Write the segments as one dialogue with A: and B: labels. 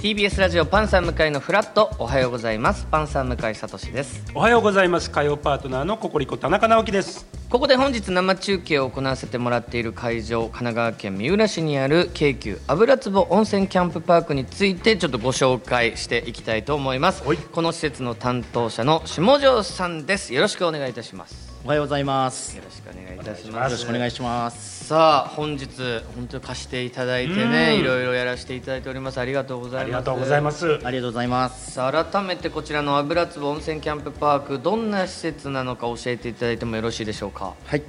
A: TBS ラジオパンサー向井のフラットおはようございますパンサー向井聡です
B: おはようございます火曜パートナーのココリコ田中直樹です
A: ここで本日生中継を行わせてもらっている会場神奈川県三浦市にある京急油壺温泉キャンプパークについてちょっとご紹介していきたいと思います
B: はい
A: この施設の担当者の下條さんですよろしくお願いいたします
C: おはようございます
A: よ。ろしくお願いいたし
B: お
A: ま
B: 願いしますす
C: よろしくお願いします。
A: さあ本日本当に貸していただいてねいろいろやらせていただいておりますありがとうございます
B: ありがとうございます
C: ありがとうございます。
A: さあ改めてこちらの油壺温泉キャンプパークどんな施設なのか教えていただいてもよろしいでしょうか
C: はい。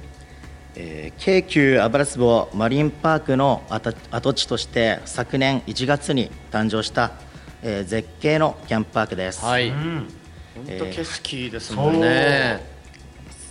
C: えー京急油壺マリンパークの跡跡地として昨年1月に誕生した、えー絶景のキャンプパークです。
A: い
B: うん
A: 本当景色いいですもんね、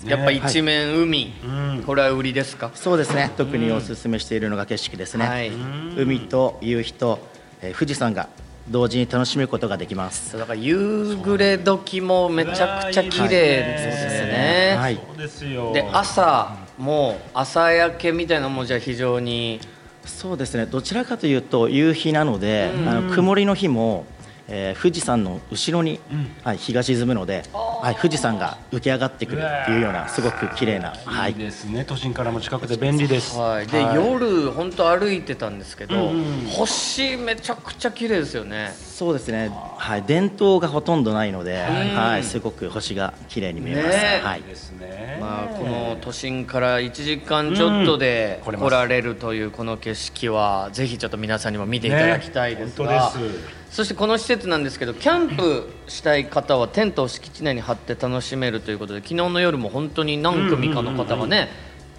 B: そう
A: やっぱ
B: ね
A: 一面海、
B: うん
A: これは売りですか、
C: そうですね。特にお勧めしているのが景色ですね。
A: はい
C: 海と夕日と、えー富士山が同時に楽しむことができます。
A: そうだから夕暮れ時もめちゃくちゃ綺麗ですよね
C: はい
B: そうですよ
A: で朝も朝焼けみたいなのもじゃあ非常に
C: そうですねどちらかというと夕日なので、あの曇りの日も、えー富士山の後ろに、はい、日が沈むので、はい、富士山が浮き上がってくるっていうようなすごく綺麗な、はい
B: いいですね都心からも近くで便利です
A: はいで、夜本当歩いてたんですけど、
B: うんうん
A: 星めちゃくちゃ綺麗ですよね
C: そうですね、はい、伝統がほとんどないので、はい、すごく星が綺麗に見えます、
A: ねえ
C: はい
B: いいですね
A: まあ、この都心から1時間ちょっとで
B: うん来れます
A: 来られるというこの景色はぜひちょっと皆さんにも見ていただきたいです
B: ね
A: が、
B: 本当です
A: そしてこの施設なんですけどキャンプしたい方はテントを敷地内に張って楽しめるということで昨日の夜も本当に何組かの方がね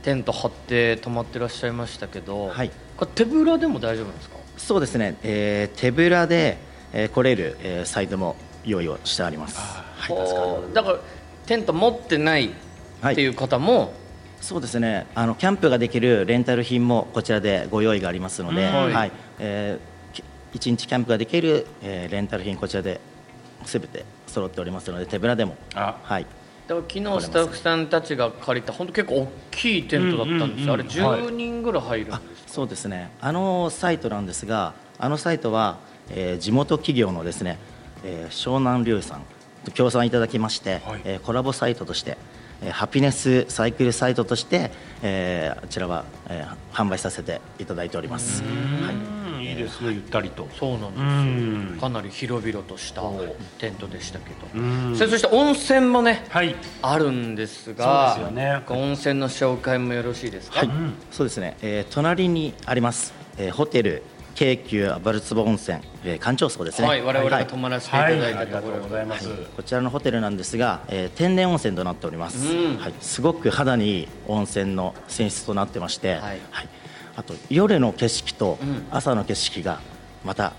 A: テント張って泊まってらっしゃいましたけど、
C: はい
A: これ手ぶらでも大丈夫なんですか
C: そうですね、えー手ぶらで、えー来れる、えーサイトも用意をしてあります、はい、
A: おーだからテント持ってないっていう方も、
C: そうですねあのキャンプができるレンタル品もこちらでご用意がありますので、
B: うん
A: はい
C: はいえーき一日キャンプができる、えーレンタル品こちらで全て揃っておりますので手ぶらでも、
B: あ
C: はい、
A: だから昨日スタッフさんたちが借りた本当結構大きいテントだったんですよ、
B: うんうんうん
A: あれ10人ぐらい入るんです、
C: そうですねあのサイトなんですがあのサイトは、えー地元企業のですね、えー湘南龍さんと協賛いただきまして、
B: はい
C: えーコラボサイトとして、えーハピネスサイクルサイトとして、えーあちらは、えー販売させていただいております。はい
B: うんいいですねゆったりと
A: そうな
B: うん
A: ですよ
B: ん
A: かなり広々としたテントでしたけど、
B: うん
A: それそして温泉もね
B: はい
A: あるんですが
B: そうですよね
A: 温泉の紹介もよろしいですか、
C: はい、そうですね、えー隣にあります、えーホテル京急アバルツボ温泉、えー、館長荘ですね、
A: はい我々
C: は
A: が
C: い
A: 泊まらせてい
B: は
A: た
B: い
A: だい
B: あ
A: た
B: り
A: と
B: が
A: ことろ、
B: うございます
C: こちらのホテルなんですが、えー天然温泉となっております、
A: うん
C: はい、すごく肌にいい温泉の泉質となってまして、
A: はい
C: あと夜の景色と
A: ん
C: 朝の景色がまた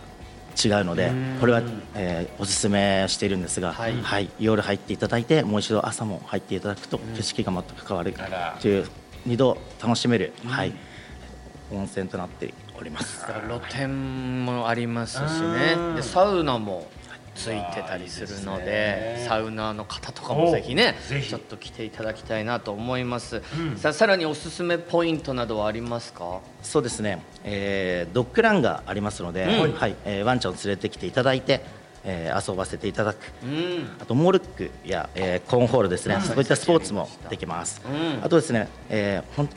C: 違うので、これは、えーおすすめしているんですが、
A: はい
C: 夜入っていただいてもう一度朝も入っていただくと景色が全く変わる
B: あら
C: という二度楽しめる、はい、温泉となっております。
A: 露天もありますしね
B: うん
A: でサウナもついてたりするので
B: いいですね
A: サウナーの方とかもぜひね
B: おぜひ
A: ちょっと来ていただきたいなと思います、さあさらにおすすめポイントなどはありますか
C: そうですね、えードッグランがありますので、
A: うん
C: はいえーワンちゃんを連れてきていただいて、えー遊ばせていただく、
A: うん
C: あとモルックや、えーコーンホールですね、そういったスポーツもできます、
A: うん
C: あとですね、えーほんと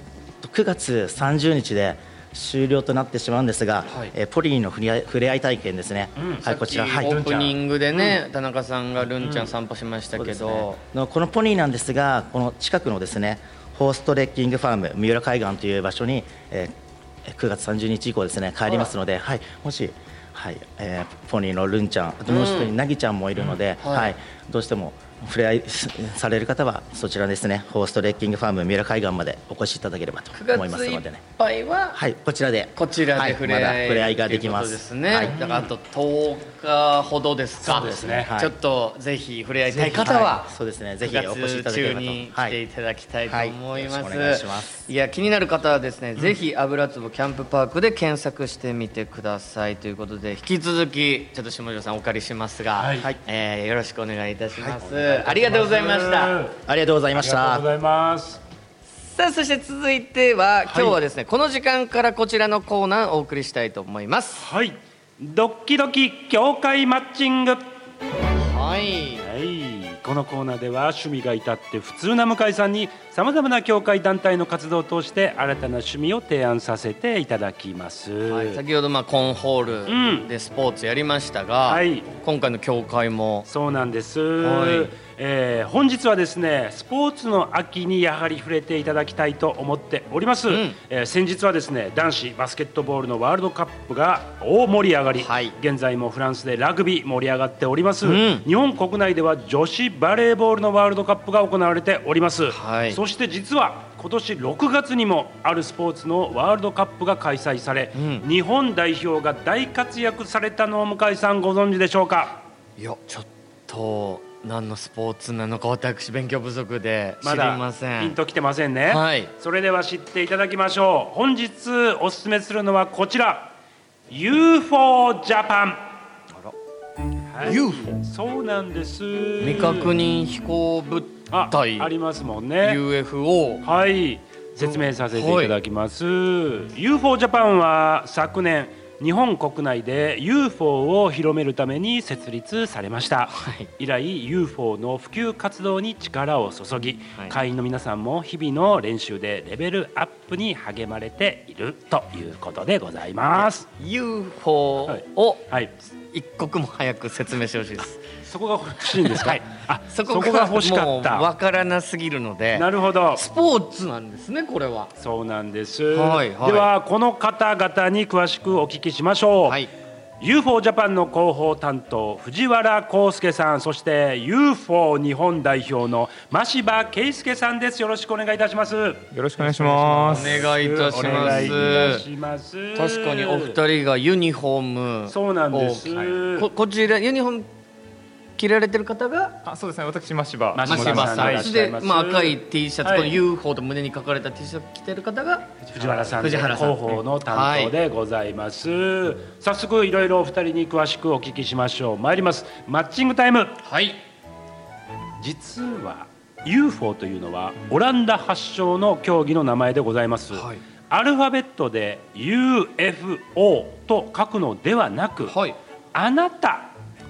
C: 9月30日で終了となってしまうんですが、
A: はい
C: えーポリーのふれあい触れ合い体験ですね、はい、こちら、
A: さっ
C: は
A: き
C: い
A: オープニングでね、田中さんがルンちゃん散歩しました
C: そう
A: け
C: です
A: ど、
C: ねのこのポニーなんですがこの近くのですねホーストレッキングファーム三浦海岸という場所に、えー9月30日以降ですね帰りますので、はい、もし、はいえーポニーのルンちゃんあともう一人なぎちゃんもいるので、
A: うん
C: はい
A: はい
C: どうしても触れ合いすされる方はそちらですねホーストレッキングファーム三浦海岸までお越しいただければと思
A: 9
C: いま
A: 月
C: す
A: い
C: の
A: っ
C: でね。
A: ぱいは
C: はい、こちらで
A: こちら
C: は
A: で
C: い
A: 触れ合い,、
C: まだ触れ合いができます
A: ですね、
C: はい
A: だからあと10日ほどですか
B: そうですねはい
A: ちょっとぜひ触れ合いたい方は、
C: そうですねぜひお越しいただければと
A: 9月中に来ていただきたいと思います、
C: はいはいよろしくお願いします
A: いや気になる方はですね、ぜひ油壺キャンプパークで検索してみてくださいということで引き続きちょっと下條さんお借りしますが、
B: はい
A: えーよろしくお願いいたします、
B: はい
A: ありがとうございました、
B: あ
C: ありがとうございま
B: り
C: し
B: がと
C: た
B: うございます
A: さあそして続いては今日はですね、この時間からこちらのコーナーをお送りしたいと思います
B: はいドッキドキ業界マッチング
A: はい
B: はい、このコーナーでは趣味が至って普通な向井さんにさまざまな協会団体の活動を通して新たな趣味を提案させていただきます。
A: はい、先ほどまあコンホールでスポーツやりましたが、
B: うんはい
A: 今回の協会も
B: そうなんです、
A: はい
B: えー本日はですねスポーツの秋にやはり触れていただきたいと思っております、
A: ん
B: えー先日はですね男子バスケットボールのワールドカップが大盛り上がり、
A: はい
B: 現在もフランスでラグビー盛り上がっております、
A: ん
B: 日本国内では女子バレーボールのワールドカップが行われております、
A: はい
B: そして実は今年6月にもあるスポーツのワールドカップが開催され、
A: ん
B: 日本代表が大活躍されたのを向井さんご存知でしょうか
A: いやちょっと何のスポーツなのか私勉強不足で知
B: ま
A: り
B: だ
A: ませ
B: ピ
A: ん
B: ンときてませんね、
A: はい
B: それでは知っていただきましょう本日おすすめするのはこちら UFO ジャパンはい
A: UFO
B: そうなんです
A: 未確認飛行物
B: あ
A: 体
B: ありますもんね
A: UFO
B: はい説明させていただきます、UFO ジャパンは昨年日本国内で UFO を広めるために設立されました、
A: はい
B: 以来 UFO の普及活動に力を注ぎ、
A: はい
B: 会員の皆さんも日々の練習でレベルアップに励まれているということでございます、
A: UFO を
B: はい、
A: 一刻も早く説明してほしいです
B: そこが欲しいんですか、
A: はい
B: あ
A: そ
B: そ
A: こ
B: こ
A: が
B: が欲しか
A: も
B: っ
A: う
B: た
A: 分からなすぎるので
B: なるほど
A: スポーツなんですねこれは
B: そうなんです、
A: はいはい
B: ではこの方々に詳しくお聞きしましょう、
A: はい
B: UFO ジャパンの広報担当藤原康介さんそして UFO 日本代表の真柴圭介さんですよろしくお願いいたします
D: よろしくお願いしま
A: お
D: す。
A: 願いいたし
B: お願いいた
A: ます
B: します
A: 確かにお二人がユニフォーム
B: そうなんです
A: をはいここちらユニフォーム着られてる方が
D: あ、そうですね。私真柴。
B: 真
A: マシバさ
B: は
A: ん
B: い
A: そして、まあ、赤い T シャツ、
B: はい
A: この UFO と胸に書かれた T シャツ着てる方が
B: 藤原さん
A: 藤
B: 広
A: 原さん
B: 報の担当でございます、早速いろいろお二人に詳しくお聞きしましょう参りますマッチングタイム
A: はい
B: 実は UFO というのはオランダ発祥の競技の名前でございます、
A: はい
B: アルファベットで UFO と書くのではなく、
A: はい
B: あなた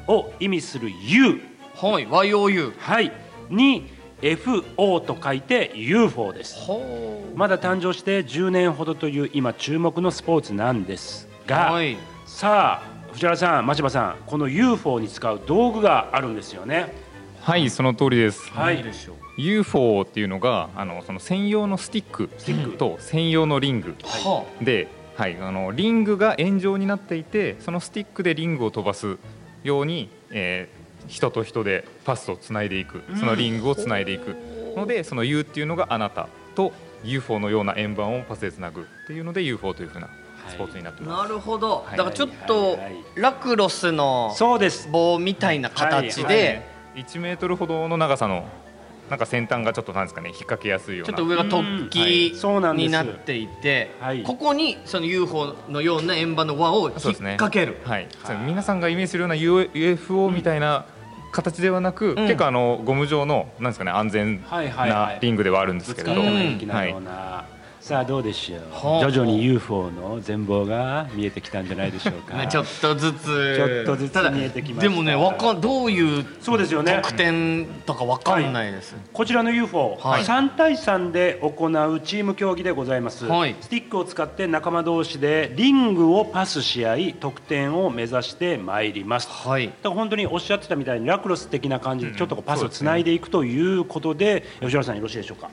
B: を意味する U、
A: はい YOU
B: はい、に FO と書いて UFO です
A: ほう
B: まだ誕生して10年ほどという今注目のスポーツなんですが、
A: はい
B: さあ藤原さん真柴さんこの UFO に使う道具があるんですよね
D: はい、その通りです。
B: はい
A: でしょう
D: UFO っていうのがあのその専用のスティック
B: ック
D: と専用のリング
A: は
D: で、はい、あのリングが円状になっていて、そのスティックでリングを飛ばすように、えー人と人でパスをつないでいく、そのリングをつないでいくので、その U っていうのがあなたと UFO のような円盤をパスでつなぐっていうので UFO というふうなスポーツになって
A: あ
D: ます。
A: なるほど
D: は
A: だ
D: い
A: からちょっと
B: はいはい
A: ラクロスの
B: そうです
A: 棒みたいな形
B: はい
A: で
D: 1メートルほどの長さのなんか先端がちょっとなんですかね引っ掛けやすいよう
A: ちょっ
D: な
A: と上が突起
B: うんそうなんです
A: になっていて
B: はい
A: ここにその UFO のような円盤の輪を引っ
D: そうですね
A: 掛ける
D: はい、皆さんがイメージするような U- UFO みたいな形ではなく、結構あのゴム状のなんですかね安全
B: はいはいはい
D: なリングではあるんです
B: ぶ
D: け
B: つ
D: れ
B: かって
D: ど、
A: う
B: も
A: ん
B: 平気なような、さあどうでしょう
A: ほう
B: 徐々に UFO の全貌が見えてきたんじゃないでしょうか
A: ね ちょっとずつ
B: ちょっとずつ
A: だ
B: 見えてきました
A: でもねわかんどういう
B: そうですよね
A: 得点とかわかんないです、
B: こちらの UFO、
A: はい
B: 3対3で行うチーム競技でございます、
A: はい
B: スティックを使って仲間同士でリングをパスし合い得点を目指してまいります、
A: はい
B: だから本当におっしゃってたみたいにラクロス的な感じでちょっとこうパス
D: そ
B: を
D: うです
B: つ
D: ね
B: ないでいくということで,、吉原さんよろしいでしょうか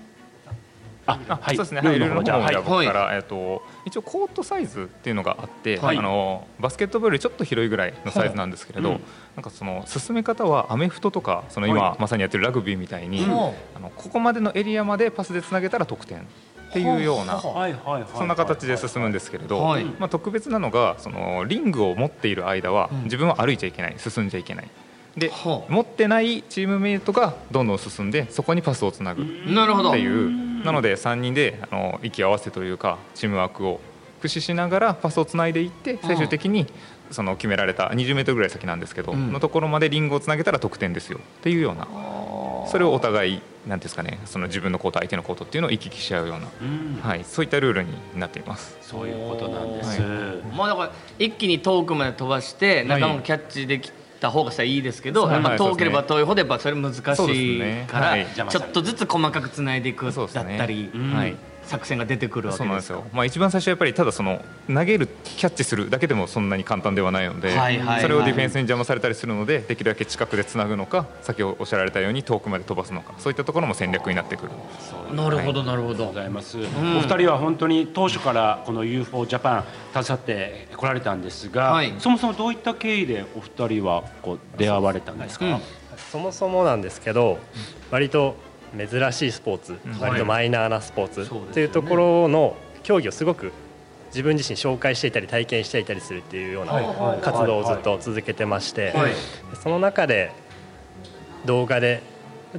B: あ
D: あ
B: はい
D: そうですね、
B: ル
D: は
B: ー
D: い、
B: ル
D: ル
B: の
D: ー
B: 方
D: ルの
B: じゃあ
D: 方
B: はい
D: じゃあ僕から、えっと、一応コートサイズっていうのがあって、
A: はい
D: あのバスケットボールよりちょっと広いぐらいのサイズなんですけれど、
B: はいうん
D: なんかその進め方はアメフトとかその今、
B: は
D: まさにやってるラグビーみたいに、
A: うん
D: あのここまでのエリアまでパスでつなげたら得点っていうような。
A: は
B: はいはいはいはい
D: そんな形で進むんですけれど、
A: はい
D: まあ、特別なのがそのリングを持っている間は自分は歩いちゃいけない進んじゃいけないで
A: はあ
D: 持ってないチームメイトがどんどん進んでそこにパスをつなぐっ
A: なるほど
D: ていうなので3人であの息合わせというかチームワークを駆使しながらパスをつないでいって最終的にその決められた2 0ルぐらい先なんですけど
A: ん
D: のところまでリングをつなげたら得点ですよっていうようなそれをお互いていうんですかねその自分のコート相手のコートっていうのを行き来し合うような、
B: うん
D: はい、そういったルールになっています。
B: そういうことなんです、
D: は
A: まあだから一気に遠くまで飛ばして仲間もキャッチできた方がさいいですけど、
D: はい
A: やっぱ遠ければ
D: はい
A: 遠いほどやっぱそれ難し
D: そうです
A: い
D: ね
A: か
D: はい
A: らちょっとずつ細かくつないでいくだ
D: そう
A: っ
D: ですね
A: たり、
B: うん
D: はい
A: 作戦が出てくるわ
D: そ
A: け
D: うな
A: で
D: んですすよ、まあ、一番最初はやっぱりただその投げるキャッチするだけでもそんなに簡単ではないので、
A: はいはいはい
D: それをディフェンスに邪魔されたりするのでできるだけ近くでつなぐのか先ほどおっしゃられたように遠くまで飛ばすのかそういったところも戦略になってくる
A: なるほどなるほど、
B: ございます、
A: ん
B: お二人は本当に当初からこの UFO ジャパン携わってこられたんですが、
A: はい
B: そもそもどういった経緯でお二人はこう出会われたんですか、
A: うん
E: そもそもなんですけど割と珍しいスポーツ割とマイナーなスポー
A: そうで
E: ツ
A: すよね
E: っていうところの競技をすごく自分自身紹介していたり体験していたりするっていうような活動をずっと続けてまして
A: はい
E: その中で動画で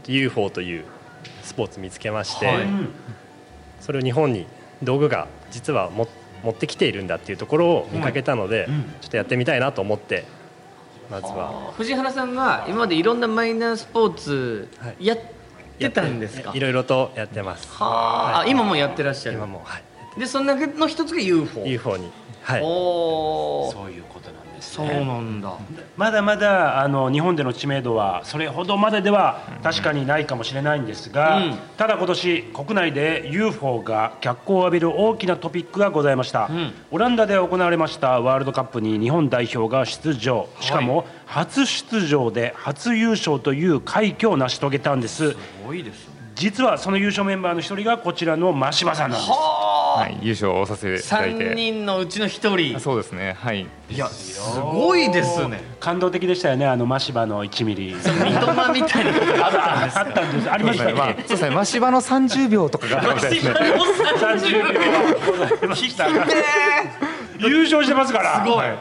E: UFO というスポーツ見つけまして
A: はい
E: それを日本に道具が実はも持ってきているんだっていうところを見かけたのでちょっとやってみたいなと思ってまずは
A: 藤原さんが今までいろんなマイナースポーツ
E: はい
A: やってたんですか、
E: いろいろとやってます。
A: はあ、
E: はい
A: あ今もやってらっしゃる
E: 今も、はい、
A: でその中の一つが UFO,
E: UFO に、はい、
A: おお
B: そういうことなんです
A: そう
B: ね
A: なんだ、
B: まだまだあの日本での知名度はそれほどまででは確かにないかもしれないんですが、
A: うん
B: ただ今年国内で UFO が脚光を浴びる大きなトピックがございました、
A: うん
B: オランダで行われましたワールドカップに日本代表が出場しかも初出場で初優勝という快挙を成し遂げたんです
A: すごいですね
B: 実はその優勝メンバーの一人がこちらの真柴さんなんです
D: はい、優勝をさせていただい
A: 3
D: て
A: 人のうちの一人
D: そうですねはい
A: いやすごいですね
B: 感動的でしたよねあの真柴の1ミリ
A: 三笘みたいなことがあったんです
B: あったんですあり
D: そ
B: ま
D: うで
B: し
D: す
B: た
D: ね
B: ね、
D: ま あそうですね真柴の30秒とかがあったみたいですね
B: 30秒ございましたが優勝してますから
A: すごい
D: はい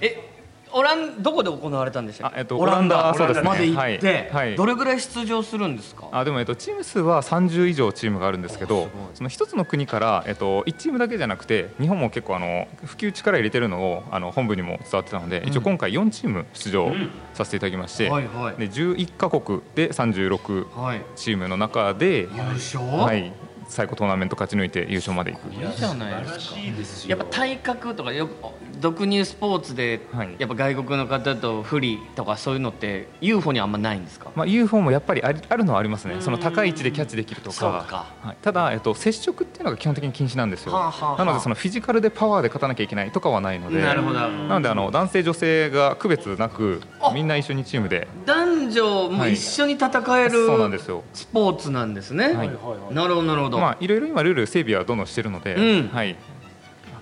A: えオランどこで行われたんでしたっ
D: あえ
A: け
D: っと
A: オランダ
D: オランダそうですね
A: まで行って、
D: はいはい
A: どれぐらい出場するんですか
D: あでも、えっと、チーム数は30以上チームがあるんですけどその一つの国から、えっと、1チームだけじゃなくて日本も結構あの普及力入れてるのをあの本部にも伝わってたので、一応今回4チーム出場させていただきまして、
A: はいはい
D: で11カ国で36
A: はい
D: チームの中で、
A: 優勝、
D: はい、最後トーナメント勝ち抜いて優勝までいく。
A: いいじゃないですか
B: しいです
A: やっぱ体格とかよく俗に言うスポーツで、
D: はい
A: やっぱ外国の方と不利とかそういうのって UFO にはあんまないんですか
D: まあ、UFO もやっぱりありあるのはありますね、その高い位置でキャッチできると
A: そう
D: か、
A: か
D: はい、ただ、えっと、接触っていうのが基本的に禁止なんですよ、
A: はあはあはあ
D: なので、そのフィジカルでパワーで勝たなきゃいけないとかはないので、
A: なるほど
D: なのであの男性女性が区別なく
A: あ
D: みんな一緒にチームで
A: 男女も一緒に戦える、
D: そうなんですよ。
A: スポーツなんですね、
D: は
A: な
D: い
A: るほどなるほど、
D: まあいろいろ今ルール整備はどんどんしてるので、
A: うん
D: はい。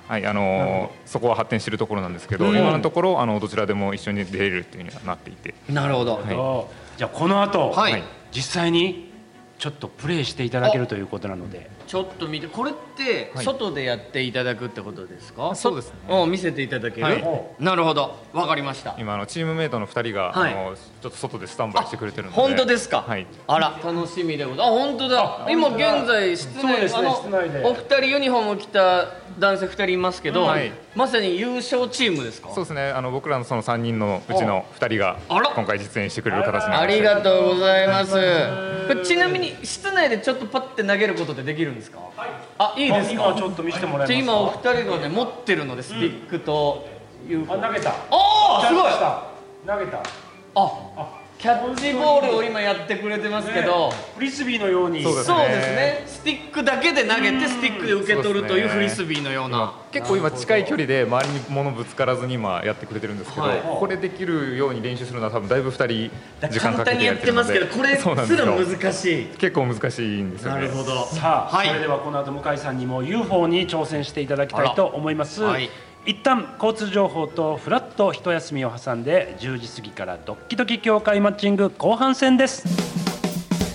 D: はいあのーそこは発展してるところなんですけど、
A: うん
D: 今のところあのどちらでも一緒に出れるっていうふうにはなっていて、
A: なるほど、
D: はい
B: じゃあこの後、
A: はい
D: はい
B: 実際にちょっとプレイしていただけるということなので
A: ちょっと見てこれって
D: はい
A: 外でやっていただくってことですか、
D: そうですね
A: お見せていただける、
D: はい
A: なるほどわかりました
D: 今あのチームメイトの二人が、
A: はい
D: あのちょっと外でスタンバイしてくれてるので、
A: 本当ですか、
D: はい。
A: あら楽しみでございますあ本当だ今現在室
B: そう
A: 内,、
B: ですね
A: あの
B: 室内で
A: お二人ユニフォームを着た男性二人いますけど、
D: はい
A: まさに優勝チームですか
D: そうですね。あの僕らのその三人のうちの二人が
A: あら
D: 今回実演してくれる形にな
A: あ
D: り
A: り
D: ました。
A: がとうございますこれちなみに室内でちょっとパッて投げることってできるんですか、あいいですか
B: 今ちょっと見せてもら
A: じゃあ
B: い
A: 今お
B: ま
A: 二人がね持ってるのでスティックと UFO、
B: すかあ投げた
A: あーすごい
B: 投げた
A: あキャッチボールを今やってくれてますけど、
B: ねフリスビーのように
D: そうです
A: そうですねスティックだけで投げてスティックで受け取るというフリスビーのような
D: 結構今近い距離で周りに物ぶつからずに今やってくれてるんですけど、
A: はい
D: これできるように練習するのは多分だいぶ2人時間
A: 簡
D: かけ
A: 単
D: て
A: にや
D: やっ
A: ってて
D: るの
A: ます
D: で
A: けどこれす
D: そうなんです
A: ら
D: よ
A: 難しい
D: 結構難しいんですよ
A: な
D: ね
A: るほど
B: さあ、
A: はい
B: それではこの後向井さんにも UFO に挑戦していただきたいと思います、
A: あらはい
B: 一旦交通情報とフラッと一休みを挟んで10時過ぎからドッキドキ協会マッチング後半戦です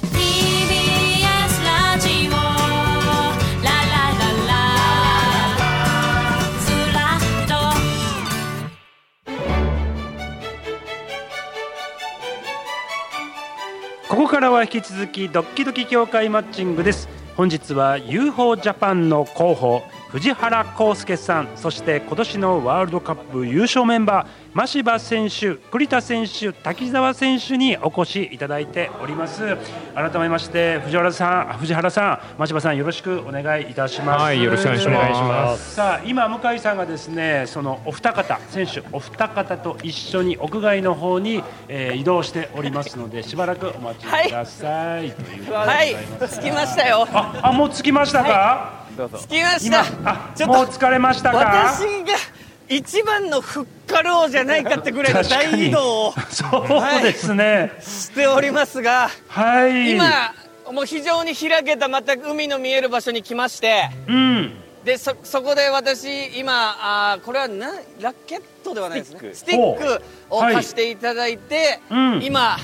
F: TBS ラジオララララずらっと
B: ここからは引き続きドッキドキ協会マッチングです本日は UFO ジャパンの候補藤原康介さんそして今年のワールドカップ優勝メンバー真柴選手栗田選手滝沢選手にお越しいただいております改めまして藤原さんあ藤原さん真柴さんよろしくお願いいたします
D: はいよろしくお願いします
E: お願いします
B: さあ今向井さんがですねそのお二方選手お二方と一緒に屋外の方に、えー移動しておりますのでしばらくお待ちください、ということで
G: はい、着きましたよ。
B: ああもう着きましたか、
G: 着きまし
B: 今
G: た。
B: あ
G: ちょっと
B: もう疲れましたか
G: 私が一番のふっかろうじゃないかってぐらいの大移動を
B: そうですね
G: しておりますが、
B: はい、
G: 今もう非常に開けたまた海の見える場所に来まして、
B: うん
G: でそそこで私今あーこれはなラケットではないですね。ステ
B: ッ
G: ィッ
B: ク
G: クを
B: はい
G: 貸していただいて、
B: うん
G: 今。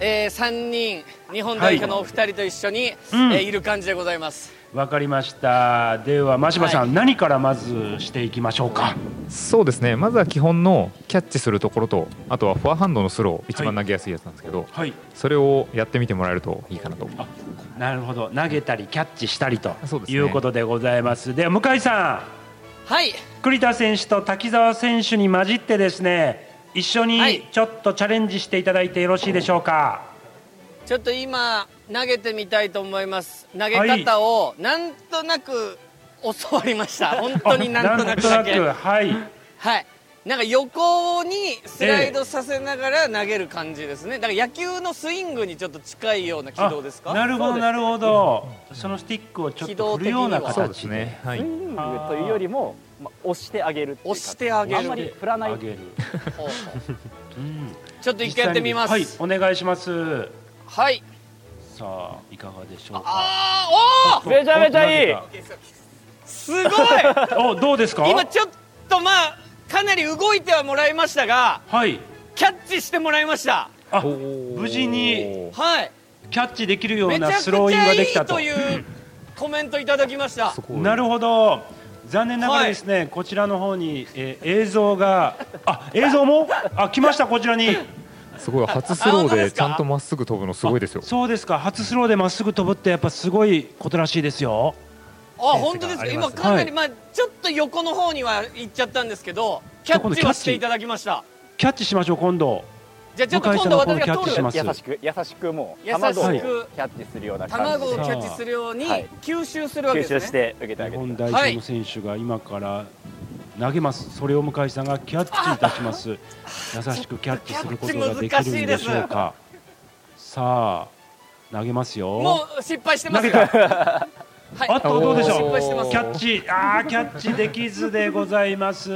G: えー、3人日本代表のお二人と一緒に、
B: うん
G: えーいる感じでございます
B: わかりましたでは真柴さん、
G: はい
B: 何からまずしていきましょうか
D: そうですねまずは基本のキャッチするところとあとはフォアハンドのスロー一番投げやすいやつなんですけど、
B: はい
D: それをやってみてもらえるといいかなと
B: なるほど投げたりキャッチしたりと
D: そうですね
B: いうことでございますでは向井さ
G: はい
B: ん栗田選手と滝沢選手に混じってですね一緒
G: はい
B: にちょっとチャレンジしていただいてよろしいでしょうか、
G: ちょっと今投げてみたいと思います投げ
B: はい
G: 方をなんとなく教わりました、本当になんとなくだけ
B: なんとなくはい
G: はいなんか横にスライドさせながら投げる感じですね、だから野球のスイングにちょっと近いような軌道ですか
B: あなるほどなるほどそのスティックをちょっと振るような
G: 軌
D: そう
G: 道
D: です
B: 形で
D: ねはい
H: スイングというよりも、まあ、押してあげるっていうか
G: 押してあげる
H: あんまり振らない
B: 上げる
G: ほうほうちょっと一回やってみます
B: はいお願いします
G: はい、
B: さあいかがでしょうか
G: ああ
H: めちゃめちゃいい
G: おーすごい
B: おどうですか
G: 今ちょっとまあかなり動いてはもらいましたが
B: はい
G: キャッチしてもらいました
B: あ無事に
G: はい
B: キャッチできるよう
G: めちゃ
B: な
G: く
B: ス
G: ち
B: ローイン
G: ゃ
B: がで
G: い
B: き
G: い
B: たと
G: というコメントいただきました
B: なるほど残念ながらですね、こちらの方に、えー映像があ映像もあ来ましたこちらに
D: すごい初スロ
G: あ本当
D: ー
G: で
D: ですち
G: か
D: ゃんとまっすぐ飛ぶのすごいですよ
B: そうですか初スローでまっすぐ飛ぶってやっぱすごいことらしいですよ
G: あ本当ですか今かなり、まあ、ちょっと横の方には行っちゃったんですけどキ
B: じゃ
G: ャ
B: あ今
G: ッ
B: 度
G: チはしていただきました
B: キャッチしましょう今度
G: じゃあちょっと今度私が
B: 向井さんの方
G: 取
B: にキャッチし
G: る
B: ます
H: 優しく優しくもう
G: 優しく
H: 卵をキャッチするような感
G: 卵を
H: じ
G: キ
H: で
G: ャッチするように
H: はい
G: 吸収するわけ
H: 吸
G: で
H: 収
G: すね
H: して受けてあ
B: 日
H: げて
B: 本
H: ください
B: 代表の選手が今から投げます、それを向井さんがキャッチいたします優しくキャッチすることができるんでしょうかさあ投げますよ
G: もう失敗してますがはい
B: あとどうでしょう
G: 失敗してます
B: キャッチあーキャッチできずでございます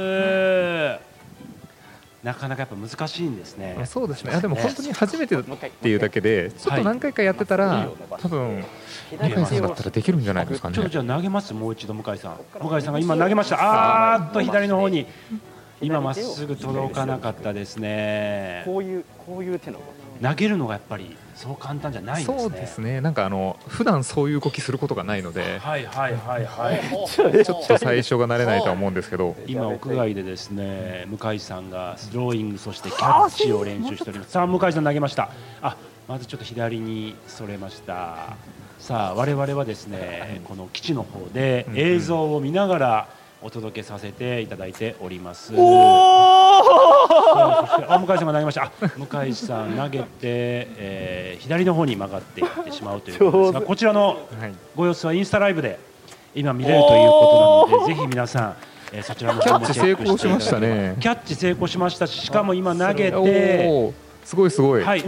B: なかなかやっぱ難しいんですね
D: そうですねあでも本当に初めてっていうだけでちょっと何回かやってたら多分向井さんだったらできるんじゃないですかね
B: ちょっとじゃあ投げますもう一度向井さん向井さんが今投げましたあーっと左の方に今まっすぐ届かなかったですね
H: こういうこういう手の
B: 投げるのがやっぱりそう簡単じゃないんですね。
D: そうですねなんかあの普段そういう動きすることがないので
B: はいはいはいはい。
G: おー
D: ちょっと最初が慣れないとは思うんですけど
B: 今屋外でですね向井さんがスローイングそしてキャッチを練習しております。さあ向井さん投げました。あまずちょっと左にそれました。さあ我々はですねこの基地の方で
D: うん
B: 映像を見ながらお届けさせていただいております。さあそしてあ向井さんが投げましたあ向井さん投げて、えー左の方に曲がっていってしまうということですがこちらの
D: はい
B: ご様子はインスタライブで今見れるということなのでぜひ皆さん、えーそちらの方も
D: キャッチ
B: チェック
D: 成功
B: ていだ
D: しま
B: け
D: したね
B: キャッチ成功しましたししかも今投げて
D: おおすごいすごい
B: はい、あ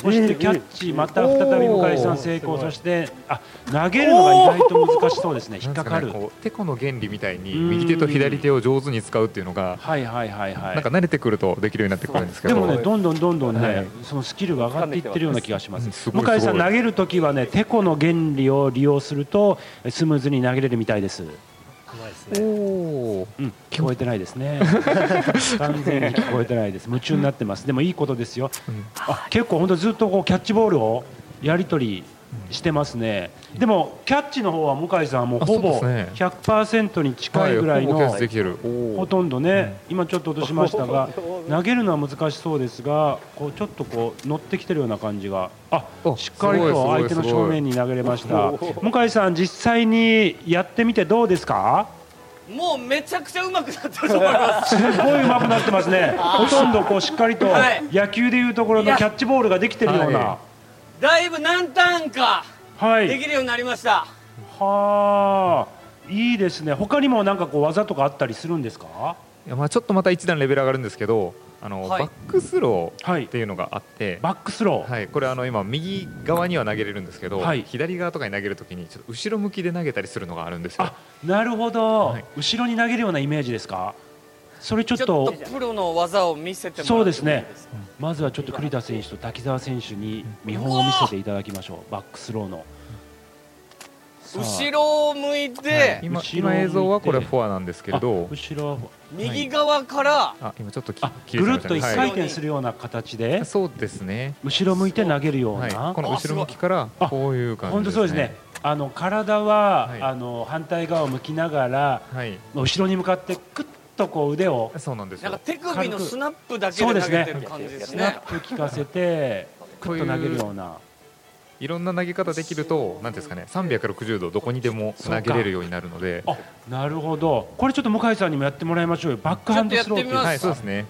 B: そしてキャッチまた再び向井さん成功そしてあ投げるのが意外と難しそうですね引っかかる
D: なんですねこうてこの原理みたいに右手と左手を上手に使うっていうのが
B: はいはいはいはい
D: なんか慣れてくるとできるようになってくるんですけ
B: で
D: ど
B: もね、どんどんどんどんね、
D: はい
B: そのスキルが上がっていってるような気がしま
D: うん
B: す。
D: す
B: 向
D: ごいすごい
B: 井さん、投げるときはね、てこの原理を利用すると、スムーズに投げれるみたいです。
D: おー
B: うん、聞こえてないです ね。完全に聞こえてないです。夢中になってます。でもいいことですよ。あ、結構本当ずっとこうキャッチボールをやり取りしてますね、でもキャッチの方は向井さんはもう
D: あ
B: ほぼ
D: そうですね
B: 100%に近
D: はいい
B: ぐらいの、
D: ほぼキャッチできてる
B: ほとんどね、今ちょっと落としましたが投げるのは難しそうですがこうちょっとこう乗ってきてるような感じがあ
D: あ
B: しっかり
D: す
B: と
D: ごい
B: 相手の
D: すごいすご
B: 正
D: い
B: 面に投げれました向井さん実際にやってみてどうですか
G: もうめちゃくちゃ上手くなってると思います
B: すごい上手くなってますねほとんどこうしっかりと
G: はい
B: 野球でいうところのキャッチボールができてるような
D: は
G: だいぶ何ターンか
B: はい
G: できるようになりました、
B: はあいいですね他にもなんかこう技とかあったりするんですか
D: いやまあちょっとまた一段レベル上がるんですけどあの、
G: はい
D: バックスロ
B: はい
D: ーっていうのがあって、
B: バックスロー、
D: はい、これあの今右側には投げれるんですけど、
B: はい
D: 左側とかに投げるときにちょっと後ろ向きで投げたりするのがあるんですよ
B: あなるほど、
D: はい
B: 後ろに投げるようなイメージですかそれちょっ
G: ちょ
B: と
G: っとプロの技を見せてもらって
B: そうですね
G: もいいですか
B: まずはちょっと栗田選手と滝沢選手に見本を見せていただきましょうバックスローのさあ
G: 後ろを向い
D: はい
G: て
D: 今
B: 後ろを向い
D: 今
B: て
D: 映像はこれフォアなんですけれど
B: あ後ろ
G: 右側から
D: あ今ちょっとき
B: あ
D: 切
B: ぐ
D: れちゃい
B: る
D: ま
B: っと一
D: したねは
B: 回
D: い
B: 転するような形で
D: そうですね
B: 後ろ向いて投げるような、
D: はい、この後ろ向きから
B: あ
D: こういう感
B: 本
D: じ
B: 当
D: ですね
B: そうですね。あの体は、
D: はい
B: あの反対側を向きながら
D: はい
B: 後ろに向かってクッとこう腕を
D: そうなんです
G: なん
D: よ
G: か手首のスナップだけで投げてる感じです
B: スナ
G: ね
B: ップ効かせてクッと投げるようない
D: ろんな投げ方できるとなんていうんですかね360度どこにでも投げれるようになるので
B: あなるほどこれちょっと向井さんにもやってもらいましょうよバックハンドスローっていうん
G: あ
D: はい
B: です
D: そう
B: か
D: ですね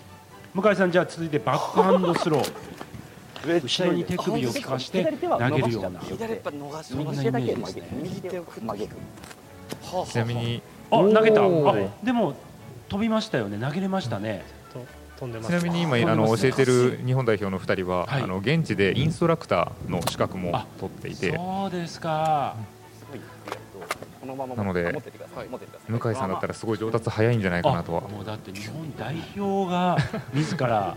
B: 向井さんじゃあ続いてバックハンドスロー
H: めっちゃ
B: 後
H: い
B: ろ
H: い
B: に
H: です
B: 手首を効かして投げるような
G: 左やっぱ逃し
B: そんなイメージですね
H: 右手を曲げる
D: ちなみに
B: あ投げた
D: お
B: あ
D: ー
B: でも飛びましたよね投げれましたね
E: と飛んでま
D: ち
E: す
D: なみに今
B: あ
D: あの
B: そう
D: 教え
B: ですね
D: てる日本代表の2人は、
B: はい
D: あの現地でインストラクターの資格も
B: あ
D: 取っていて
B: そうですか
H: このまま
D: なので
H: 持っててください持っててくださ
D: 向
H: い
D: 井さんだったらすごい上達早いんじゃないかなとは
B: あもうだって日本代表が自ら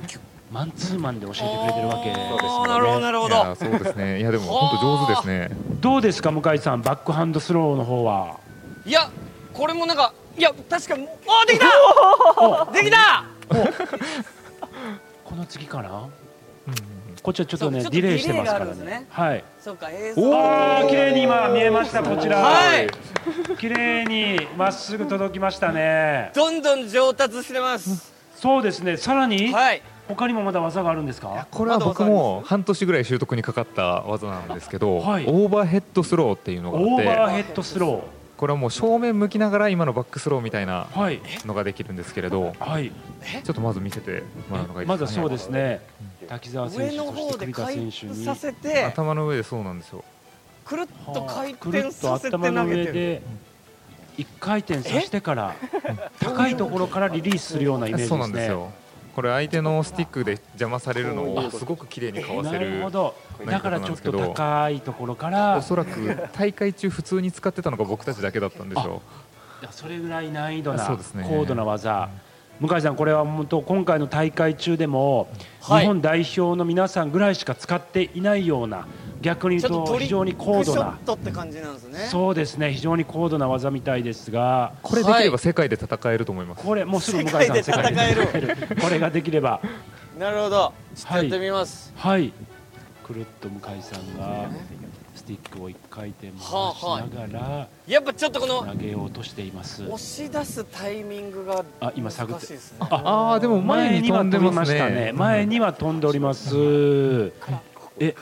B: マンツーマンで教えてくれてるわけです
G: あーなる
B: もんね
D: い
G: ほどなるほど
D: やそうですね いやでも本当上手ですね
B: どうですか向井さんバックハンドスローの方はい
G: やこれもなんかいや確かにおーできたできた
B: この次かなこっちはちょっとね
G: そう
B: ディレイしてますか
G: ち
B: ら
G: ょっと
B: ね
G: ディレイがある
B: は
G: んですね
B: い
G: そうか映像
B: おー綺麗に今見えましたこちら
G: はい
B: 綺麗にまっすぐ届きましたね
G: どんどん上達してます
B: そうですねさらに
G: はい
B: 他にもまだ技があるんですか
D: これは僕も半年ぐらい習得にかかった技なんですけど、
B: はい
D: オーバーヘッドスローっていうのが
B: オー
D: あ
B: バ
D: って
B: ーヘッドスロ
D: これはもう正面向きながら今のバックスローみたいな
B: ーはい
D: のができるんですけれど
B: はい
D: ちょっとまず見せてもらうのがいい
B: ま
D: です
B: ず
D: かね
B: はそうですね滝沢選
G: 上
B: 手
G: の
B: そして
G: 方で
B: 栗田
G: 回
B: 選手
G: 転
B: に
G: させて
D: 頭の上でそうなんですよ
G: くるっと回
B: くる
G: 転
B: っと
G: させて投
B: 頭の
G: げ
B: 上
G: てる
B: で一回転させてから高いところからリリースするようなイメージですね
D: そうなんですよこれ相手のスティックで邪魔されるのをすごく綺麗にかわせ
B: なる
D: る
B: ほどだからちょっと高いところか
D: お
B: ら
D: そらく大会中普通に使ってたのが僕たちだけだったんですよ
B: いやそれぐらい難易度な
D: そうですね
B: 高度な技、向井さん、これは本当今回の大会中でも、
G: はい
B: 日本代表の皆さんぐらいしか使っていないような逆に
G: ちょ
B: 言
G: っと
B: うと
G: トリ
B: 非
G: ック
B: 常に高度
G: ショ
B: な
G: ットって感じなんですね
B: そうですね非常に高度な技みたいですが
D: これできれば世界で戦えると思います、
B: これもうすぐ向井さん
G: 世界で戦える
B: 世界で戦えるこれができれば
G: なるほどちょっとやってみます
B: はいくるっと向井さんがスティックを一回転回しなが
G: やっぱちょっとこ
B: ら
G: の
B: 投げようとしています。
G: 押し出すタイミングが
B: あ今探っ
G: 難
B: て
G: しいですね
D: ああーでも前に飛んでま
B: 前
D: す
B: には飛びました
D: ね
B: 前には飛んでおります。え、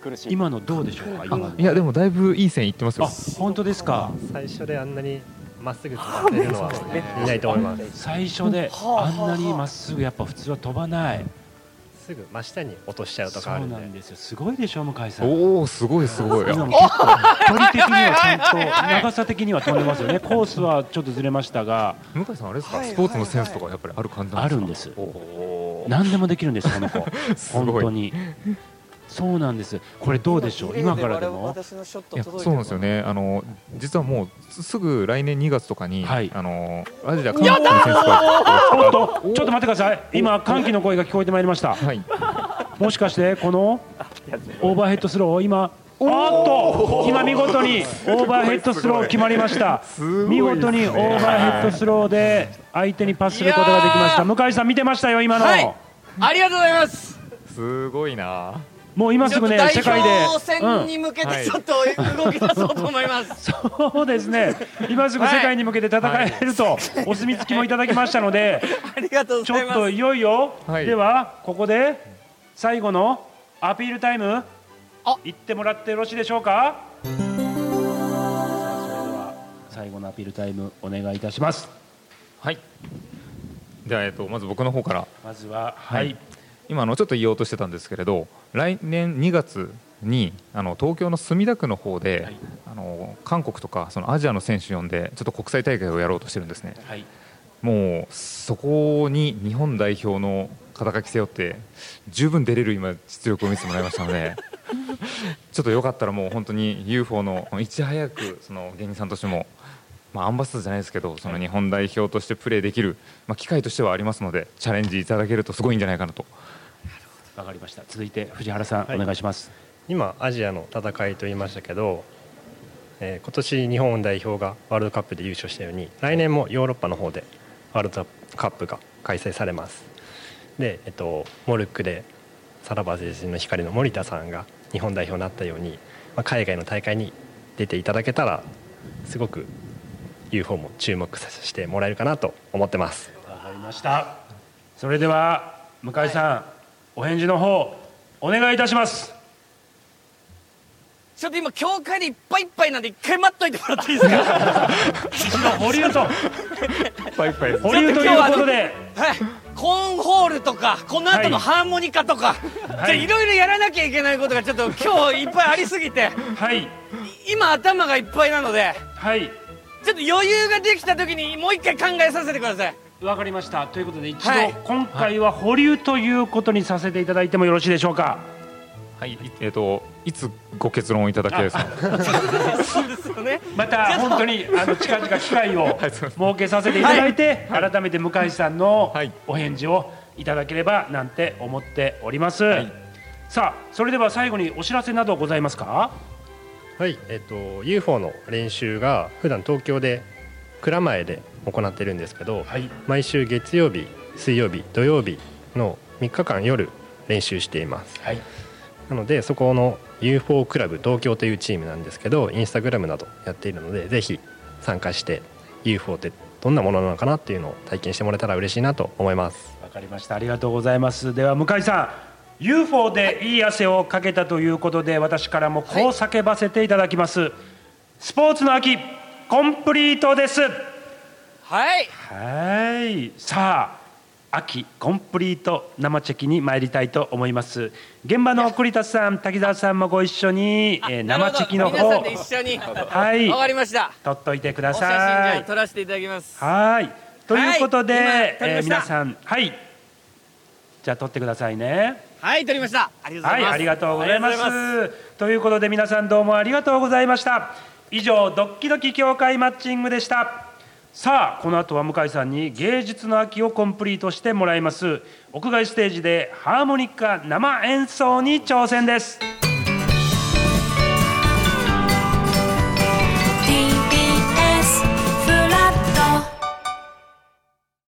H: 苦しい
B: 今のどうでしょうか。今の
D: いやでもだいぶいい線いってます
B: あ
D: よ、
B: 本当ですか。
E: 最初であんなにまっすぐ使ってるの はいないと思います
B: 最初で
G: はあ
B: あんなにまっすぐやっぱ普通は飛ばない。
E: すぐ真下に落としちゃうと
B: そ
E: かあ
B: う
E: る
B: んなん
E: で
B: ですよ。すごいでしょ向井さん。
D: おおすごいすごい
B: 今も
D: あ
B: 結構距離的にはちゃん と長さ的には飛んでますよね。コースはちょっとずれましたが、
D: 向井さんあれですか、
G: はい
D: スポーツのセンスとかやっぱりある感じな
B: あ
D: んで
B: る
D: す
B: ん
D: か
B: です。
D: おー
B: 何でもできるんですこの子。
D: す
B: 本
D: ご
B: 当
D: い
B: に。そうなんです。これどうでしょう。今からでも。
G: 私のショット
D: いや
G: 届い
D: そ
G: てる
D: うなんですよねあの実はもうすすぐ来年2月とかに、
B: はい
D: あのアジア韓国の選手が
B: おっと、ちょっと待ってください。今、歓喜の声が聞こえてまいりました。
D: はい
B: もしかして、このオーバーヘッドスローを今、おっと、今見事にオーバーヘッドスロー決まりました。
D: すごい
B: 見事にオーバーヘッドスローで相手にパスすることができまし
G: いや
B: た。向井さん見てましたよ、今の。
G: はいありがとうございます
D: すごいな
B: もう今す
G: ちょっと
B: ぐね
G: 代
B: 世界で
G: 表
B: う
G: 戦
B: ん
G: に向け
D: は
G: て
D: い
G: ちょっと動き出そうと思います。
B: そうですね今すぐ世界に向けて戦えるとお墨付きもいただきましたので
G: ありがとうご
B: ち
G: ざい
B: ょっ
G: ます。
B: といよいよ
D: はい
B: ではここで最後のアピールタイム
G: あ
B: 行ってもらってよろしいでしょうかさあそれでは最後のアピールタイムお願いいたします
D: はいじゃあ、えっと、まず僕の方から
B: まずははい、
D: はい今あのちょっと言おうとしてたんですけれど来年2月にあの東京の墨田区の方で、
B: はい
D: あの韓国とかそのアジアの選手呼んでちょっと国際大会をやろうとしてるんですね
B: はい、
D: もうそこに日本代表の肩書き背負って十分出れる今実力を見せてもらいましたの でちょっとよかったらもう本当に UFO のいち早くその芸人さんとしても、まあ、アンバサダーじゃないですけどその日本代表としてプレーできる、まあ、機会としてはありますのでチャレンジいただけるとすごいんじゃないかなと
B: わかりました続いて藤原さん、
E: はい
B: お願いします
E: 今アジアの戦いと言いましたけど、えー今年日本代表がワールドカップで優勝したように来年もヨーロッパの方でワールドカップが開催されますで、えっと、モルックでさらば青春の光の森田さんが日本代表になったように、まあ、海外の大会に出ていただけたらすごく UFO も注目させてもらえるかなと思ってます
B: わかりましたそれでは向井さん、お返事の方お願いいたします
G: ちょっと今教会でいっぱいいっぱいなんで一回待っといてもらっていいですか。
B: 保留と
D: バイバイ
B: 保留ということで
G: はい。コーンホールとかこの後のハーモニカとか、
B: い
G: じゃいろいろやらなきゃいけないことがちょっと今日いっぱいありすぎて
B: はい
G: 今頭がいっぱいなので
B: はい
G: ちょっと余裕ができた時にもう一回考えさせてください。
B: わかりましたということで一度、
G: はい
B: 今回は保留ということにさせていただいてもよろしいでしょうか、
D: はいえっといつご結論をいただけですか
G: そうですよね。
B: また本当にあの近々機会を
D: はい
B: 設けさせていただいて、改めて向井さんの
D: はい
B: お返事をいただければなんて思っております、
D: い
B: さあそれでは最後にお知らせなどございますか
E: はい、えっと UFO の練習が普段東京で蔵前で行ってるんですけど、
B: はい
E: 毎週月曜日水曜日土曜日の3日間夜練習しています
B: はい
E: なのでそこの UFO クラブ東京というチームなんですけどインスタグラムなどやっているのでぜひ参加して UFO ってどんなものなのかなっていうのを体験してもらえたら嬉しいなと思います
B: わかりましたありがとうございますでは向井さん UFO でいい汗をかけたということで私からもこう叫ばせていただきます、スポーツの秋コンプリートです
G: はい。
B: はいさあ秋コンプリート生チェキに参りたいと思います現場の栗田さん滝沢さんもご一緒に、えー
G: なる
B: 生
G: ほど
B: チェキの
G: 皆さん
B: 方
G: で一緒に。わ
B: はい
G: かりました。
B: 撮っといてくだ
G: お写真
B: さ
G: じゃあ
B: い
G: 撮らせていただきます。
B: はいということで、
G: はい今撮
B: え
G: りま
B: ー
G: した
B: 皆さんはいじゃあ撮ってくださいね
G: はい撮りました。ありがとうご
B: は
G: ざ
B: いい、
G: ます。
B: ありがとうございま。
G: ありがとうございます
B: ということで皆さんどうもありがとうございました。以上ドッキドキ協会マッチングでした。さあこの後は向井さんに芸術の秋をコンプリートしてもらいます。屋外ステージでハーモニカ生演奏に挑戦です。